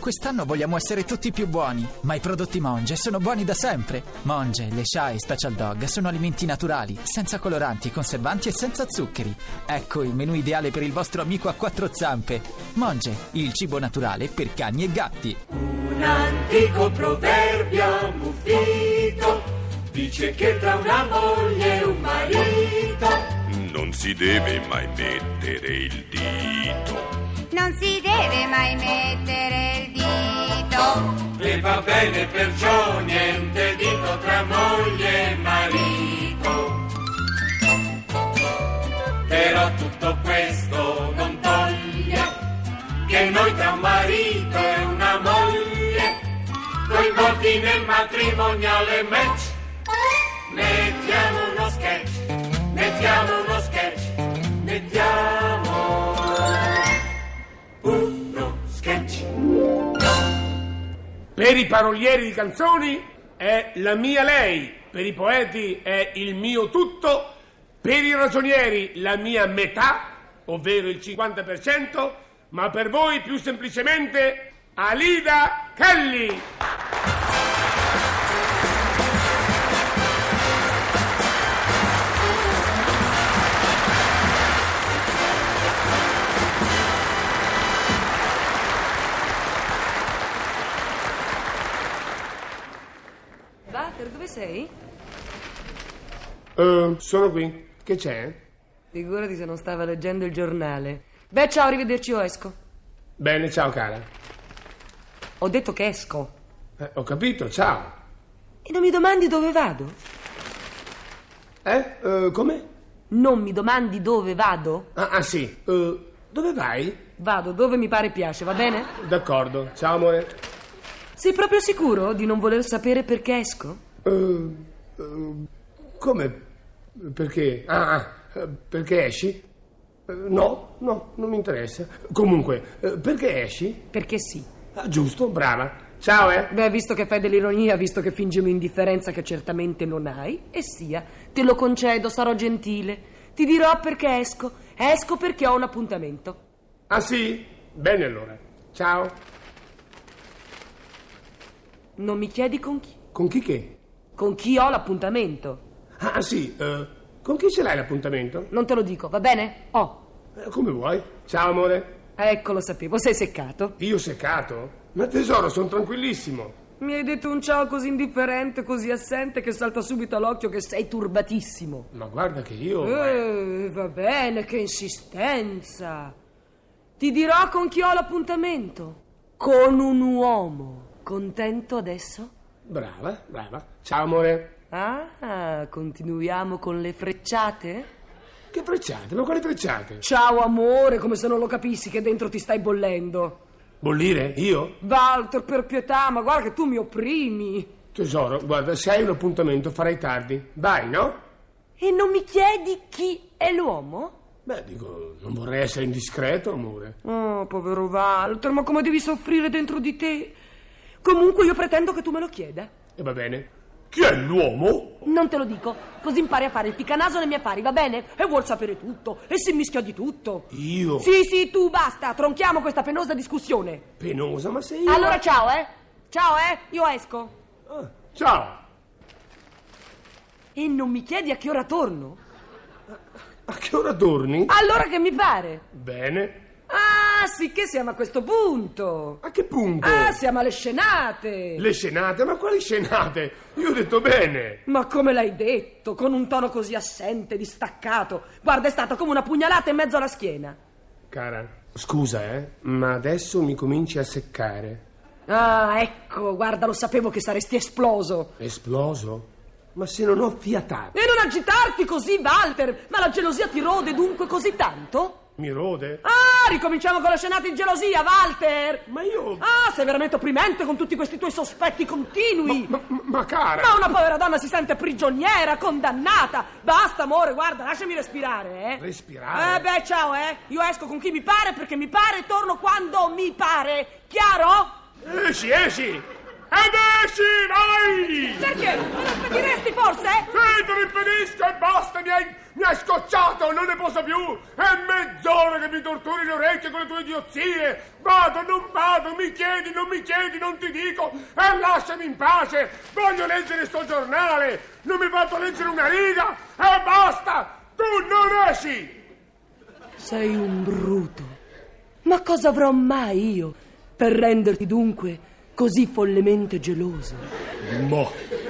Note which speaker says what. Speaker 1: Quest'anno vogliamo essere tutti più buoni, ma i prodotti Monge sono buoni da sempre. Monge, le Shy e Special Dog sono alimenti naturali, senza coloranti, conservanti e senza zuccheri. Ecco il menù ideale per il vostro amico a quattro zampe. Monge, il cibo naturale per cani e gatti.
Speaker 2: Un antico proverbio ammuffito dice che tra una moglie e un marito
Speaker 3: Non si deve mai mettere il dito.
Speaker 4: Non si deve mai mettere il dito.
Speaker 2: e va bene perciò niente dito tra moglie e marito. Però tutto questo non toglie che noi tra un marito e una moglie coinvolti nel matrimoniale match mettiamo uno sketch, mettiamo uno sketch, mettiamo uno sketch.
Speaker 5: Per i parolieri di canzoni è la mia lei, per i poeti è il mio tutto, per i ragionieri la mia metà, ovvero il 50%, ma per voi più semplicemente Alida Kelly.
Speaker 6: Walter, dove sei?
Speaker 5: Eh, sono qui. Che c'è?
Speaker 6: Figurati se non stava leggendo il giornale. Beh, ciao, arrivederci, o esco.
Speaker 5: Bene, ciao cara.
Speaker 6: Ho detto che esco.
Speaker 5: Eh, ho capito, ciao.
Speaker 6: E non mi domandi dove vado?
Speaker 5: Eh? eh, come?
Speaker 6: Non mi domandi dove vado?
Speaker 5: Ah, ah, sì. Eh, dove vai?
Speaker 6: Vado dove mi pare e piace, va bene?
Speaker 5: D'accordo. Ciao amore.
Speaker 6: Sei proprio sicuro di non voler sapere perché esco?
Speaker 5: Eh, eh, come? Perché? Ah, ah, eh, perché esci? Eh, No, no, non mi interessa. Comunque, eh, perché esci?
Speaker 6: Perché sì.
Speaker 5: Ah, giusto, brava. Ciao, eh.
Speaker 6: Beh, visto che fai dell'ironia, visto che fingi un'indifferenza che certamente non hai, e sia, te lo concedo, sarò gentile. Ti dirò perché esco. Esco perché ho un appuntamento.
Speaker 5: Ah sì? Bene allora. Ciao.
Speaker 6: Non mi chiedi con chi?
Speaker 5: Con chi che?
Speaker 6: Con chi ho l'appuntamento?
Speaker 5: Ah ah, sì, eh, con chi ce l'hai l'appuntamento?
Speaker 6: Non te lo dico, va bene? Oh,
Speaker 5: Eh, come vuoi. Ciao, amore.
Speaker 6: ecco, lo sapevo, sei seccato.
Speaker 5: Io seccato? Ma tesoro, sono tranquillissimo.
Speaker 6: Mi hai detto un ciao così indifferente, così assente, che salta subito all'occhio che sei turbatissimo.
Speaker 5: Ma guarda che io...
Speaker 6: Eh, va bene, che insistenza. Ti dirò con chi ho l'appuntamento. Con un uomo. Contento adesso?
Speaker 5: Brava, brava. Ciao, amore.
Speaker 6: Ah, continuiamo con le frecciate?
Speaker 5: Che frecciate, ma quali frecciate?
Speaker 6: Ciao amore, come se non lo capissi che dentro ti stai bollendo.
Speaker 5: Bollire? Io?
Speaker 6: Walter, per pietà, ma guarda che tu mi opprimi.
Speaker 5: Tesoro, guarda, se hai un appuntamento farai tardi. Vai, no?
Speaker 6: E non mi chiedi chi è l'uomo?
Speaker 5: Beh, dico, non vorrei essere indiscreto, amore.
Speaker 6: Oh, povero Walter, ma come devi soffrire dentro di te? Comunque io pretendo che tu me lo chieda.
Speaker 5: E va bene. Chi è l'uomo?
Speaker 6: Non te lo dico, così impari a fare il picanaso nei miei affari, va bene? E vuol sapere tutto, e si mischia di tutto.
Speaker 5: Io.
Speaker 6: Sì, sì, tu basta, tronchiamo questa penosa discussione.
Speaker 5: Penosa, ma sei io.
Speaker 6: Allora ciao, eh? Ciao, eh? Io esco.
Speaker 5: Ah, ciao.
Speaker 6: E non mi chiedi a che ora torno?
Speaker 5: A che ora torni?
Speaker 6: Allora che mi pare?
Speaker 5: Bene.
Speaker 6: Ah, sì che siamo a questo punto.
Speaker 5: A che punto?
Speaker 6: Ah, siamo alle scenate.
Speaker 5: Le scenate? Ma quali scenate? Io ho detto bene.
Speaker 6: Ma come l'hai detto, con un tono così assente, distaccato. Guarda, è stata come una pugnalata in mezzo alla schiena.
Speaker 5: Cara, scusa, eh, ma adesso mi cominci a seccare.
Speaker 6: Ah, ecco, guarda, lo sapevo che saresti esploso.
Speaker 5: Esploso? Ma se non ho fiatato.
Speaker 6: E non agitarti così, Walter! Ma la gelosia ti rode dunque così tanto?
Speaker 5: Mi rode?
Speaker 6: Ah, ricominciamo con la scenata in gelosia, Walter!
Speaker 5: Ma io...
Speaker 6: Ah, sei veramente opprimente con tutti questi tuoi sospetti continui!
Speaker 5: Ma, ma- ma cara...
Speaker 6: Ma una povera donna si sente prigioniera, condannata! Basta, amore, guarda, lasciami respirare, eh!
Speaker 5: Respirare?
Speaker 6: Eh, beh, ciao, eh! Io esco con chi mi pare perché mi pare e torno quando mi pare, chiaro?
Speaker 5: Esci, esci! ed esci, vai!
Speaker 6: Perché? Me lo impediresti forse?
Speaker 5: Sì, te lo impedisco e basta, mi hai, mi hai scocciato, non ne posso più! È mezz'ora che mi torturi le orecchie con le tue idiozie! Vado, non vado, mi chiedi, non mi chiedi, non ti dico! E lasciami in pace! Voglio leggere sto giornale! Non mi fatto leggere una riga! E basta! Tu non esci!
Speaker 6: Sei un bruto. Ma cosa avrò mai io per renderti dunque così follemente geloso?
Speaker 5: Mo.